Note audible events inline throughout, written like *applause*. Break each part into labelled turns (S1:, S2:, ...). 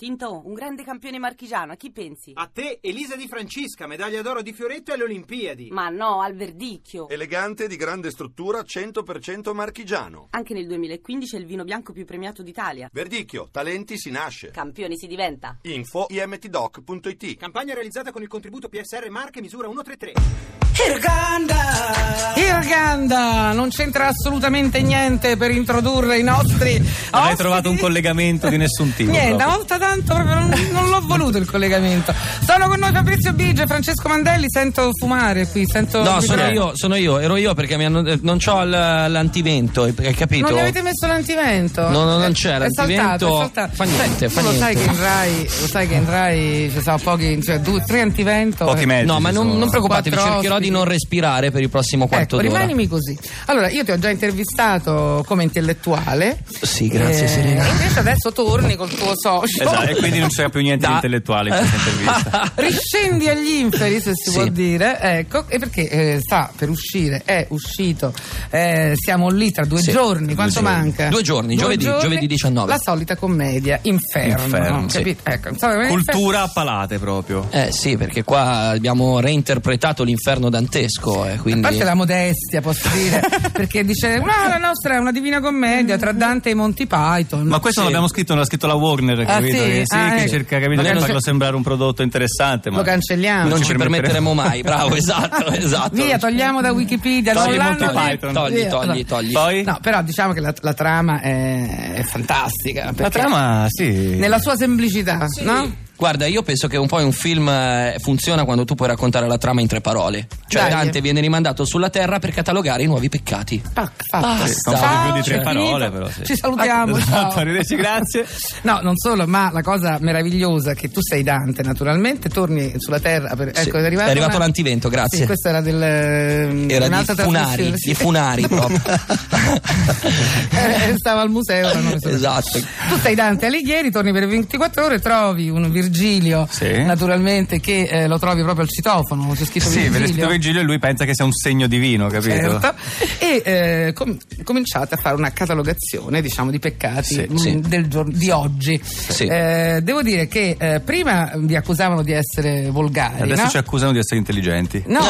S1: Tinto, un grande campione marchigiano, a chi pensi?
S2: A te Elisa Di Francesca, medaglia d'oro di Fioretto alle Olimpiadi.
S1: Ma no, al verdicchio.
S3: Eh. Elegante, di grande struttura, 100% marchigiano.
S1: Anche nel 2015 è il vino bianco più premiato d'Italia.
S3: Verdicchio, talenti si nasce.
S1: Campioni si diventa.
S3: Info imtdoc.it
S2: Campagna realizzata con il contributo PSR Marche misura 133.
S4: Irganda!
S5: Irganda! Non c'entra assolutamente niente per introdurre i nostri.
S6: Non hai
S5: ospiti.
S6: trovato un collegamento di nessun tipo.
S5: Ah, Niente, una
S6: proprio.
S5: volta tanto proprio non, non l'ho voluto il collegamento. Sono con noi Fabrizio Bige, Francesco Mandelli, sento fumare qui, sento.
S6: No, sono
S5: vibrare.
S6: io, sono io, ero io perché mi hanno- eh, non c'ho l- l'antivento, hai capito?
S5: Non gli avete messo l'antivento?
S6: No, no, non
S5: Eh,
S6: c'era,
S5: È saltato,
S6: l'antivento-
S5: è saltato.
S6: fa niente,
S5: Beh,
S6: fa
S5: tu Lo sai che
S6: niente.
S5: in Rai, lo sai che in Rai ci sono pochi, cioè due, tre antivento.
S7: Pochi
S5: Eh,
S7: mezzi.
S6: No, ma
S7: ci
S6: non,
S7: sono.
S6: non preoccupatevi,
S5: Quattro
S6: cercherò di
S5: ospiti.
S6: non respirare per il prossimo quarto
S5: Ecco,
S6: d'ora.
S5: rimanimi così. Allora, io ti ho già intervistato come intellettuale.
S6: Sì, grazie, Serena.
S5: Eh, E invece adesso torni col tuo socio.
S7: Esatto, e quindi non c'era più niente
S6: Da-
S7: di intellettuale in questa intervista.
S5: *laughs* Riscendi agli inferi, se si
S6: Sì.
S5: può dire, ecco, e perché eh, sta per uscire, è uscito, eh, siamo lì tra due
S6: Sì,
S5: giorni, quanto
S7: giorni.
S5: manca?
S6: Due giorni, giovedì- giovedì 19.
S5: La solita commedia, Inferno,
S7: Inferno, sì.
S5: capito? Ecco, insomma,
S7: Cultura a palate proprio.
S6: *laughs* Eh sì, perché qua abbiamo reinterpretato l'inferno dantesco, eh,
S5: A
S6: quindi...
S5: parte la modestia, posso dire, perché dice: No, la nostra è una divina commedia tra Dante e Monty Python.
S7: Ma questo
S6: Sì.
S7: l'abbiamo scritto, l'ha scritto la Warner, capito?
S5: sì?
S7: Che, sì,
S5: Ah,
S7: che
S5: ecco.
S7: cerca capito,
S5: Magari
S7: di
S5: lo
S7: farlo
S5: can-
S7: sembrare un prodotto interessante. Ma
S5: Lo cancelliamo.
S6: non
S7: ci
S6: ci permetteremo
S7: permetteremo. *laughs*
S6: mai,
S5: *laughs*
S6: bravo, esatto, esatto.
S5: Via, togliamo da Wikipedia.
S7: Togli
S5: non
S7: Monty
S5: l'hanno
S7: Python.
S5: detto.
S6: Togli,
S5: Via.
S6: togli, togli.
S7: Poi?
S5: No, però diciamo che la, la trama è, è fantastica.
S7: la
S5: perché
S7: trama, sì.
S5: Nella sua semplicità, no?
S6: Guarda, io penso che un po' un film eh, funziona quando tu puoi raccontare la trama in tre parole. Cioè,
S5: Dai.
S6: Dante viene rimandato sulla terra per catalogare i nuovi peccati.
S5: Pac, fatto.
S6: Basta.
S7: Sì, sono poco più di
S5: Ciao,
S7: tre
S5: è
S7: parole,
S5: finito.
S7: però. Sì.
S5: Ci salutiamo. ciao.
S7: Esatto, arrivederci, grazie.
S5: No, non solo, ma la cosa meravigliosa è che tu sei Dante, naturalmente, torni sulla terra. Per,
S6: Sì,
S5: ecco, è arrivato,
S6: è arrivato
S5: una-
S6: l'antivento, grazie.
S5: Sì, questo era del. ehm,
S6: Era di
S5: un'altra
S6: Funari,
S5: trasmissione, sì.
S6: di
S5: *laughs*
S6: Funari proprio.
S5: Eh, Stava al museo. non lo so.
S6: Esatto.
S5: Tu sei Dante Alighieri, torni per 24 ore, trovi un Virgilio,
S7: Sì.
S5: naturalmente, che eh, lo trovi proprio al citofono. C'è scritto
S7: Sì, vede scritto
S5: Virgilio.
S7: Virgilio e lui pensa che sia un segno divino, capito?
S5: Certo. E eh, com- cominciate a fare una catalogazione, diciamo, di peccati
S7: Sì,
S5: mh,
S6: sì.
S5: del gior- di oggi. Eh, devo dire che eh, prima vi accusavano di essere volgari.
S7: Adesso
S5: no?
S7: ci accusano di essere intelligenti.
S6: *laughs*
S5: No,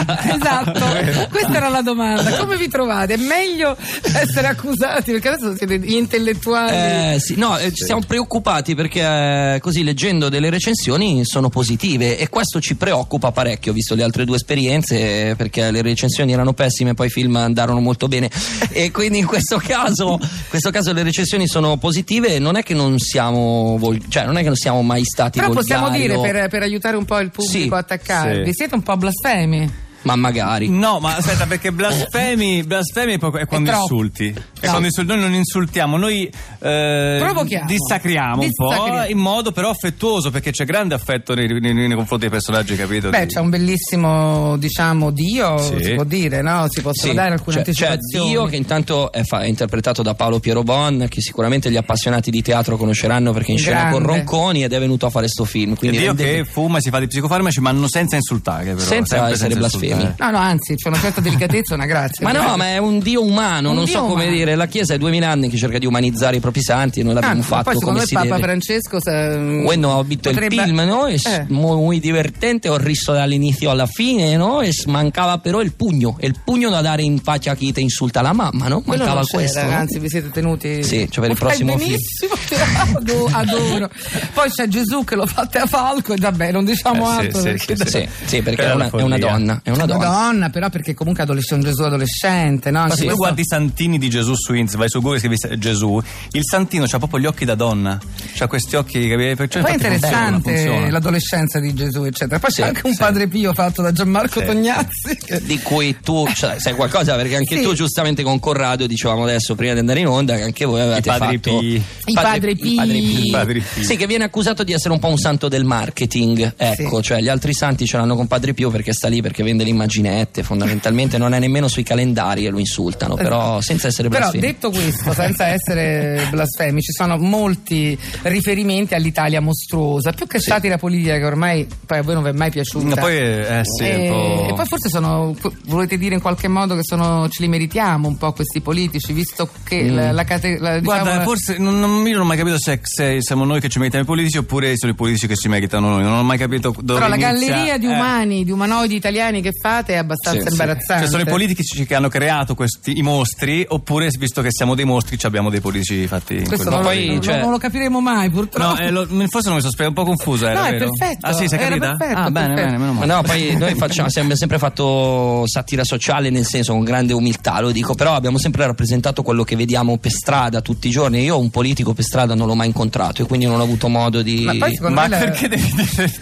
S5: esatto, questa era la domanda. Come vi trovate? È meglio essere accusati perché adesso siete gli intellettuali.
S6: Eh, sì, no, eh, ci siamo preoccupati perché eh, così leggendo delle recensioni sono positive e questo ci preoccupa parecchio, visto le altre due esperienze, eh, perché le recensioni erano pessime, poi i film andarono
S5: *laughs*
S6: molto bene. E quindi in questo caso, in questo caso le recensioni sono positive, e non è che non siamo vol- cioè non è che non siamo mai stati
S5: Però possiamo
S6: volgari
S5: dire
S6: o-
S5: per, per aiutare un po' il pubblico
S6: Sì,
S5: a attaccarvi,
S7: sì.
S5: siete un po' blasfemi.
S6: ma magari.
S7: No, ma aspetta, perché blasfemi, blasfemi è po- è quando
S5: troppo.
S7: insulti. È
S5: No.
S7: quando insulti. Noi non insultiamo, noi eh,
S5: Provochiamo.
S7: dissacriamo un po'
S5: Dissacriamo.
S7: in modo però affettuoso, perché c'è grande affetto nei, nei- nei confronti dei personaggi, capito?
S5: Beh,
S7: Di-
S5: c'è un bellissimo, diciamo, Dio,
S7: Sì.
S5: si può dire, no? Si possono
S6: Sì, Cioè,
S5: dare alcune
S6: c'è, c'è
S5: anticipazioni.
S6: Dio che intanto è, fa- è interpretato da Paolo Piero Bon che sicuramente gli appassionati di teatro conosceranno perché è in scena
S5: Grande.
S6: con Ronconi ed è venuto a fare sto film
S7: È
S6: quindi
S7: Dio
S6: rendete-
S7: che fuma, si fa di psicofarmaci, ma non senza insultare, però.
S6: Senza
S7: sempre
S6: essere blasfemi.
S7: insultare.
S5: No, no, anzi, c'è una certa delicatezza, una grazia.
S6: *laughs* ma no, ma è un Dio umano,
S5: Un
S6: non
S5: Dio
S6: so come
S5: umano.
S6: dire. La Chiesa è duemila anni che cerca di umanizzare i propri santi e non l'abbiamo
S5: Ah,
S6: fatto
S5: poi secondo
S6: come
S5: me
S6: si
S5: Papa
S6: deve.
S5: Francesco se- mm,
S6: Bueno, ho visto
S5: potrebbe-
S6: il film, ¿no? Es
S5: Eh.
S6: muy divertente, ho riso dall'inizio alla fine, ¿no? Es- mancava però il pugno, e il pugno da dare in faccia a chi te insulta la mamma, no?
S5: Quello
S6: Mancava
S5: non c'era,
S6: questo. no?
S5: Anzi, vi siete tenuti.
S6: Sì, cioè per il
S5: Lo fai
S6: prossimo film.
S5: benissimo, *laughs* ti ado- adoro. Poi c'è Gesù che lo fate a Falco, e vabbè, non diciamo
S7: Eh, sì,
S5: altro.
S7: sì,
S5: perché- Cioè,
S7: sì,
S6: Sì, sì, Ah, perché
S7: Quella
S6: è
S7: è
S6: una,
S7: la
S6: è una
S7: follia.
S6: donna, è una donna.
S5: Madonna, però, perché comunque adolescente, un Gesù adolescente, no?
S7: Ma
S5: Anche
S7: se tu
S5: questo-
S7: guardi i santini di Gesù su Inz, vai su Google e scrivi sa- Gesù, il santino ha proprio gli occhi da donna. C'ha questi occhi, capito? Perciò
S5: Poi è
S7: infatti Certo, funziona,
S5: interessante
S7: funziona.
S5: l'adolescenza di Gesù, eccetera. Poi
S6: Sì,
S5: c'è anche un
S7: sì.
S5: padre Pio fatto da Gianmarco
S7: Sì.
S5: Tognazzi.
S6: di cui tu cioè, sai, sai qualcosa perché anche
S5: Sì.
S6: tu giustamente con Corrado dicevamo adesso prima di andare in onda che anche voi avevate
S7: padri
S6: fatto
S7: Pi.
S5: I padri Pi.
S6: i padri Pi.
S7: I padri Pi.
S6: sì che viene accusato di essere un po' un santo del marketing ecco
S5: Sì.
S6: cioè gli altri santi ce l'hanno con Padre Pio perché sta lì perché vende le immaginette fondamentalmente non è nemmeno sui calendari e lo insultano però senza essere
S5: Eh, Però
S7: *laughs*
S6: blasfemi
S5: detto questo, senza essere blasfemi, ci sono molti riferimenti all'Italia mostruosa, più che satira politica che ormai poi a voi non vi è mai piaciuta.
S7: No, poi, eh, sì,
S5: e,
S7: un po'-
S5: e poi forse sono, po- volete dire in qualche modo che sono, ce li meritiamo un po' questi politici, visto che la, la cate- la- diciamo,
S7: Mm. Guarda,
S5: la-
S7: forse non, non- io non ho mai capito se, se siamo noi che ci meritiamo i politici oppure sono i politici che ci meritano noi. Non ho mai capito dove
S5: però la
S7: inizia-
S5: galleria di
S7: eh.
S5: umani, di umanoidi italiani che fate è abbastanza
S6: Sì, sì.
S5: imbarazzante.
S7: Cioè, sono i politici che hanno creato questi, i mostri, oppure visto che siamo dei mostri, ci abbiamo dei politici fatti in
S5: Questo
S7: quel
S5: non,
S7: modo.
S5: lo-
S6: poi,
S5: non-
S6: cioè-
S5: non lo capiremo mai, purtroppo.
S7: No, eh, lo- forse non mi sono spiegato, un po' confusa. Era
S5: No, è
S7: vero?
S5: perfetto,
S7: Ah, sì, si è
S5: era
S7: capita?
S5: perfetto,
S7: ah, bene,
S5: perfetto.
S7: bene, meno
S6: Ma
S7: male.
S6: no, poi noi facciamo, abbiamo sempre fatto satira sociale, nel senso con grande umiltà, lo dico, però abbiamo sempre rappresentato quello che vediamo per strada tutti i giorni. Io un politico per strada non l'ho mai incontrato e quindi non ho avuto modo di.
S5: Ma poi secondo
S7: Ma
S5: me la-
S7: perché devi dire?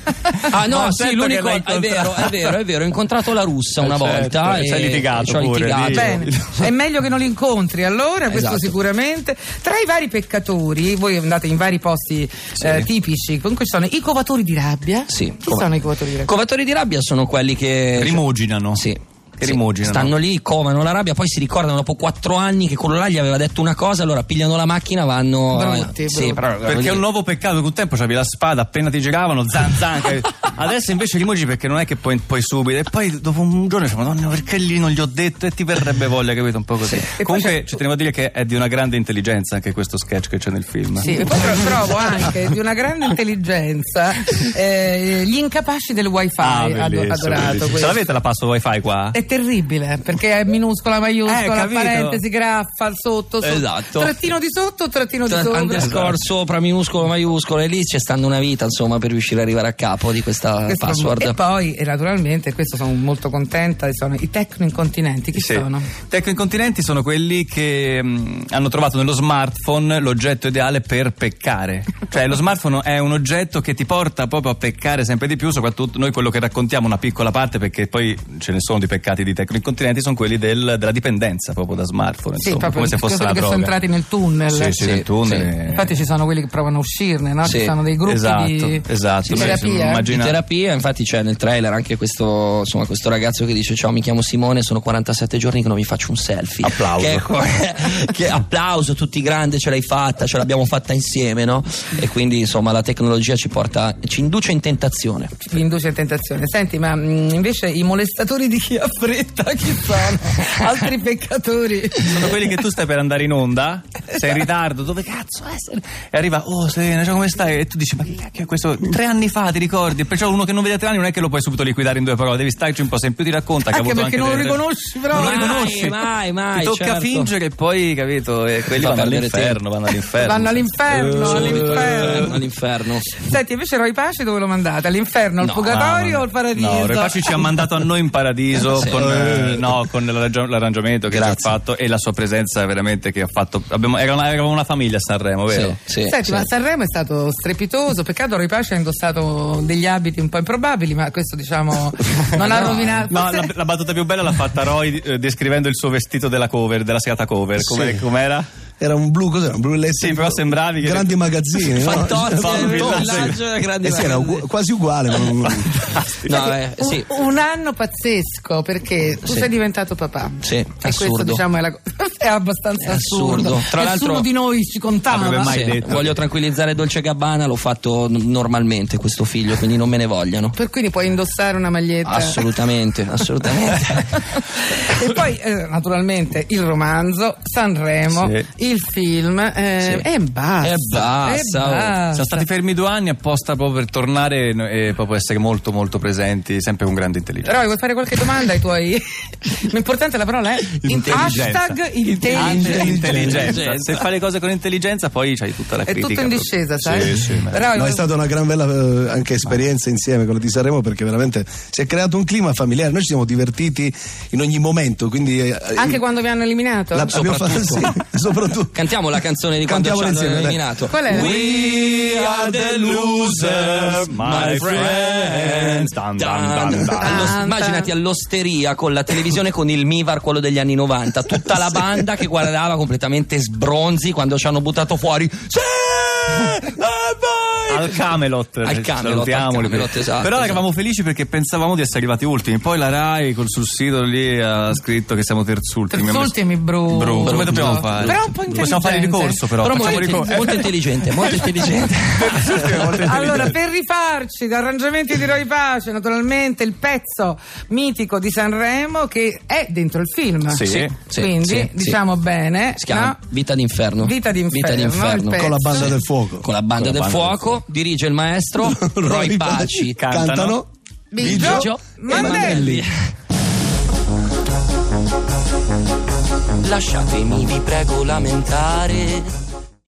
S7: *laughs*
S6: Ah no,
S7: Ma
S6: sì,
S7: certo che
S6: l'unico
S7: l'hai
S6: è vero, è
S7: incontrato.
S6: vero, è vero, ho incontrato la russa una
S7: Eh, certo,
S6: volta
S7: e ci hai litigato
S6: ci ho
S7: pure,
S6: litigato.
S7: dici.
S5: Bene, è meglio che non li incontri allora, questo
S6: Esatto.
S5: sicuramente. Tra i vari peccatori, voi andate in vari posti eh, tipici, comunque ci sono i covatori di rabbia.
S6: Sì.
S5: Chi sono i covatori di rabbia?
S6: Covatori di rabbia sono quelli che
S7: Rimuginano.
S6: Sì.
S7: Che
S6: Sì.
S7: rimuginano.
S6: Stanno lì, covano la rabbia, poi si ricordano dopo quattro anni che quello là gli aveva detto una cosa, allora pigliano la macchina, vanno. eh,
S5: Brutti,
S6: Sì,
S5: brutti.
S6: però-
S7: Perché è un nuovo peccato che un tempo c'avevi la spada, appena ti giravano, zan
S5: *laughs*
S7: zan. che- Adesso invece rimugini perché non è che poi, poi subito. E poi dopo un giorno dici, madonna, perché lì non gli ho detto? E ti verrebbe voglia, capito? Un po' così.
S5: poi
S7: Comunque
S5: c'è-
S7: ci tenevo a dire che è di una grande intelligenza anche questo sketch che c'è nel film. Ah,
S5: Sì, e poi tro- trovo anche di una
S7: *laughs*
S5: grande intelligenza eh, gli incapaci del wifi
S7: Ah,
S5: ado-
S7: bellissimo,
S5: adorato
S7: bellissimo. Ce
S5: questo.
S7: l'avete la passo wifi qua?
S5: È terribile perché è minuscola, maiuscola,
S7: Eh, capito.
S5: parentesi, graffa, sotto, sotto,
S6: Esatto.
S5: trattino di sotto, trattino di
S6: Tra-
S5: sopra.
S6: Cioè,
S4: Esatto.
S6: underscore sopra, minuscolo, maiuscolo, e lì c'è stando una vita, insomma, per riuscire ad arrivare a capo di questa
S5: Questo-
S6: password.
S5: E poi, e naturalmente, questo sono molto contenta, sono i tecnoincontinenti. Chi
S7: Sì.
S5: sono?
S7: Tecnoincontinenti sono quelli che mh, hanno trovato nello smartphone l'oggetto ideale per peccare. Cioè lo smartphone è un oggetto che ti porta proprio a peccare sempre di più, soprattutto noi quello che raccontiamo una piccola parte perché poi ce ne sono di peccati di tecnoincontinenti sono quelli del- della dipendenza proprio da smartphone,
S5: Sì,
S7: insomma,
S5: proprio
S7: come se fosse
S5: quelli
S7: una
S5: che
S7: droga.
S5: sono entrati nel tunnel.
S7: Sì, sì,
S6: Sì,
S7: nel tunnel.
S6: sì.
S5: Infatti ci sono quelli che provano a uscirne, no?
S6: Sì,
S5: ci sono dei gruppi
S7: Eh. esatto,
S5: di,
S7: esatto.
S5: di
S7: Noi siamo-
S5: terapia. eh.
S7: immagino-
S6: in terapia, infatti c'è nel trailer anche questo, insomma, questo ragazzo che dice ciao mi chiamo Simone, sono 47 giorni che non mi faccio un selfie.
S7: Applauso.
S6: Che, *laughs* che applauso, tutti grande, ce l'hai fatta, ce l'abbiamo fatta insieme, no? E quindi insomma la tecnologia ci porta, ci induce in tentazione.
S5: Vi induce in tentazione. Senti, ma mh, invece i molestatori di chi ha fretta, chi
S7: *laughs*
S5: sono? Altri peccatori.
S7: Sono quelli che tu stai per andare in onda,
S5: Esatto.
S7: sei in ritardo, dove cazzo è? Serena? E arriva, oh Serena, ciao, come stai? E tu dici, ma che cacchio è questo? Tre anni fa ti ricordi? Perciò uno che non vede tre anni non è che lo puoi subito liquidare in due parole, devi starci un po', se in più ti racconta che ha
S5: Anche
S7: avuto
S5: perché non lo
S7: delle-
S5: riconosci, però.
S7: Non lo
S6: Mai,
S7: riconosci.
S6: mai, mai,
S7: Ti tocca
S6: certo.
S7: fingere e poi, capito, e quelli
S6: Fa
S7: vanno
S6: perdere
S7: all'inferno,
S6: tempo.
S7: vanno all'inferno.
S5: Vanno all'inferno,
S7: Eh,
S5: all'inferno.
S6: All'inferno.
S5: Senti, invece Roy Pace dove lo mandate? All'inferno, al
S6: No,
S5: purgatorio o al paradiso?
S7: No, Repaci ci ha mandato a noi in paradiso
S6: Sì.
S7: con, eh, no, con l'arrangi- l'arrangiamento che ci ha fatto e la sua presenza veramente che ha fatto. abbiamo- era una- eravamo una famiglia a Sanremo, vero?
S6: Sì,
S5: *laughs*
S6: sì,
S5: Senti,
S6: sì.
S5: ma Sanremo è stato strepitoso. Peccato Roy Pace ha indossato degli abiti un po' improbabili, ma questo
S7: *laughs*
S5: diciamo non ha rovinato.
S7: No, la, la battuta più bella l'ha fatta Roy eh, descrivendo il suo vestito della cover, della serata cover. Come,
S4: Sì.
S7: Com'era?
S4: Era un blu, cos'era? Un blu
S7: Sì, però sembravi che-
S4: Grandi magazzini. no?
S6: Fantozzi,
S7: Fantozzi.
S6: il villaggio della grande
S4: Eh sì, era ugu- quasi uguale. ma non-
S6: No, eh,
S5: un,
S6: sì.
S5: un anno pazzesco perché tu
S6: Sì.
S5: sei diventato papà.
S6: Sì,
S5: e questo
S6: assurdo.
S5: diciamo è, la, *laughs* è abbastanza
S6: È assurdo.
S5: assurdo.
S6: Tra
S5: Nessuno
S6: l'altro-
S5: di noi ci contava.
S7: Avrebbe mai
S6: Sì,
S7: detto.
S6: Voglio tranquillizzare Dolce Gabbana, l'ho fatto n- normalmente questo figlio, quindi non me ne vogliano.
S5: Per cui ne puoi indossare una maglietta. *laughs*
S6: Assolutamente, assolutamente.
S7: *laughs*
S5: e poi eh, naturalmente il romanzo, Sanremo,
S7: Sì.
S5: il film eh,
S6: Sì.
S5: e basta.
S6: E basta, oh.
S5: basta.
S7: Siamo stati fermi due anni apposta proprio per tornare no, e proprio essere molto molto presenti, sempre con grande intelligenza.
S5: Roy, vuoi fare qualche domanda ai
S6: *laughs*
S5: tuoi? L'importante la parola è
S7: Intelligenza.
S5: hashtag intelligenza.
S7: Anche intelligenza. Se fai le cose con intelligenza, poi c'hai tutta la
S5: È
S7: critica.
S5: tutto in discesa, sai?
S7: Sì, sì, ma-
S5: Roy,
S4: No, è stata una gran bella eh, anche esperienza insieme quello di Sanremo perché veramente si è creato un clima familiare. Noi ci siamo divertiti in ogni momento, quindi eh,
S5: anche
S4: eh,
S5: quando vi hanno eliminato?
S4: la- abbiamo fatto sì, *laughs* soprattutto
S6: Cantiamo la canzone di quando ci
S4: Cantiamola
S6: hanno
S4: insieme, dai.
S6: eliminato.
S5: Qual è?
S7: We are the losers, my friends. Dun, dun, dun, dun.
S6: Allo- immaginati all'osteria con la televisione con il Mivar, quello degli anni 90,
S7: *laughs*
S6: tutta la banda
S7: *laughs*
S6: che guardava completamente sbronzi quando ci hanno buttato fuori. Sì! E vai!
S7: al Camelot. eh,
S6: Al Camelot,
S7: Salutiamoli.
S6: al Camelot, esatto,
S7: Però
S6: esatto.
S7: eravamo felici perché pensavamo di essere arrivati ultimi. Poi la Rai col sul sito lì ha scritto che siamo terzultimi.
S5: Terzultimi, brutto.
S7: Brutto. Come dobbiamo
S5: Brutto.
S7: fare?
S5: Però un po'
S7: Possiamo fare il
S5: intelligente.
S7: ricorso però.
S6: Però
S7: Facciamo
S6: molto,
S7: il ricorso. *laughs*
S6: molto intelligente, molto *laughs* intelligente.
S5: Allora, per rifarci da arrangiamenti di Roy Pace, naturalmente il pezzo mitico di Sanremo che è dentro il film.
S7: Sì.
S6: Sì,
S5: Quindi
S6: sì, sì.
S5: diciamo bene,
S6: Si chiama
S5: no?
S6: Vita d'inferno.
S5: Vita d'inferno,
S6: Vita d'inferno.
S5: il pezzo.
S4: con la banda del fuoco.
S6: Con la banda del fuoco dirige il maestro *laughs* Roy Paci.
S7: Cantano.
S4: Cantano.
S5: Biggio
S6: Biggio
S5: Mandelli.
S6: Lasciatemi vi prego lamentare